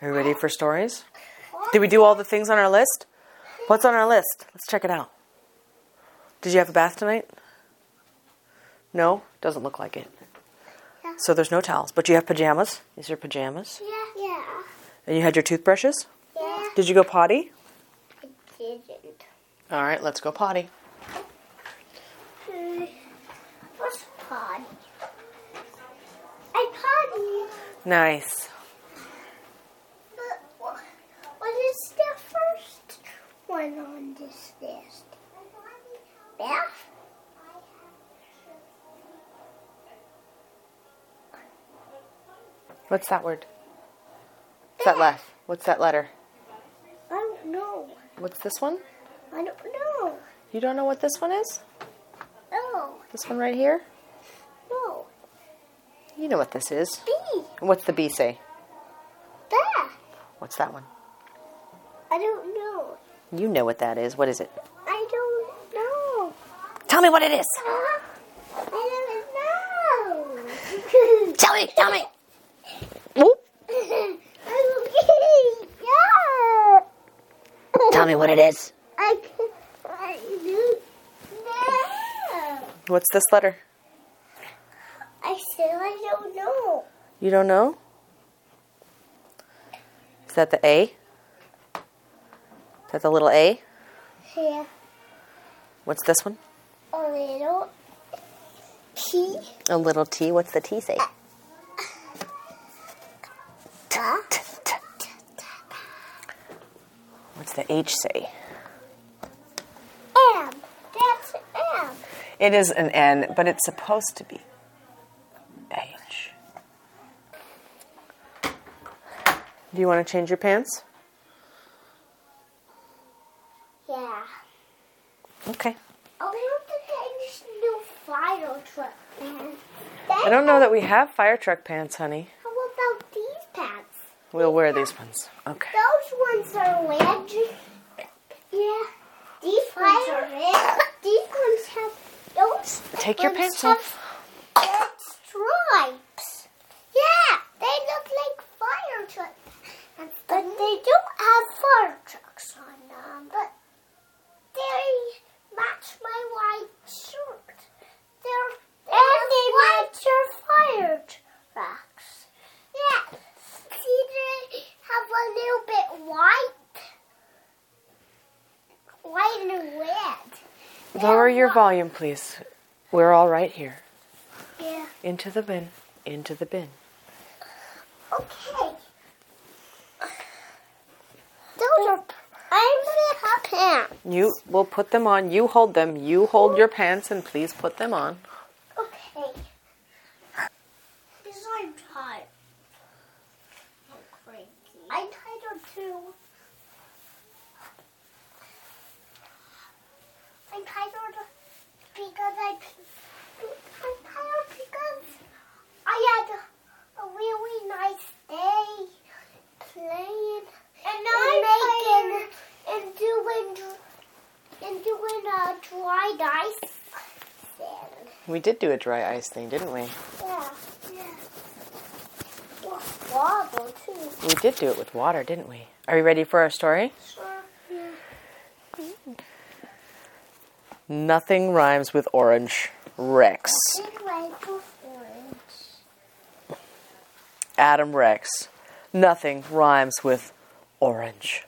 Are you ready for stories? Did we do all the things on our list? What's on our list? Let's check it out. Did you have a bath tonight? No? Doesn't look like it. Yeah. So there's no towels, but you have pajamas. These are pajamas. Yeah. Yeah. And you had your toothbrushes? Yeah. Did you go potty? I didn't. All right, let's go potty. Hmm. What's potty? I potty. Nice. But wh- what is the first one on this list? Bath? What's that word? What's that left? What's that letter? I don't know. What's this one? I don't know. You don't know what this one is? No. This one right here? No. You know what this is. B. What's the B say? Bath. What's that one? I don't know. You know what that is. What is it? I don't know. Tell me what it is. Huh? I don't know. Tell me, tell me. Oop. Okay, yeah. Tell me what it is. I can I do now. What's this letter? I still I don't know. You don't know? Is that the A? Is that the little A? Yeah. What's this one? A little P A little T. What's the T say? What's the H say? M. That's M. It is an N, but it's supposed to be H. Do you want to change your pants? Yeah. Okay. Oh, I don't think I just knew fire truck man. I don't know that we have fire truck pants, honey. How about these pants? We'll wear these ones. Okay. Those ones are red. Yeah. These ones are red. These ones have those. Take your ones pants have off. Red stripes. Yeah, they look like fire trucks, but they don't have fire trucks on them. But they match my white shirt. They're and they match your fire trucks. Yeah. See, they have a little bit white, white and red. Lower your volume, please. We're all right here. Yeah. Into the bin. Into the bin. Okay. Those are. I'm the pants. You will put them on. You hold them. You hold your pants and please put them on. Okay. Because I'm tired. I'm cranky. I'm tired too. I'm tired because I. I'm tired because I had a really nice day playing and, making and doing and doing a dry dice thing. We did do a dry ice thing, didn't we? Yeah, yeah. Well, water too. We did do it with water, didn't we? Are you ready for our story? Sure. Yeah. Nothing rhymes with orange. Rex. Big label orange. Adam Rex. Nothing rhymes with orange.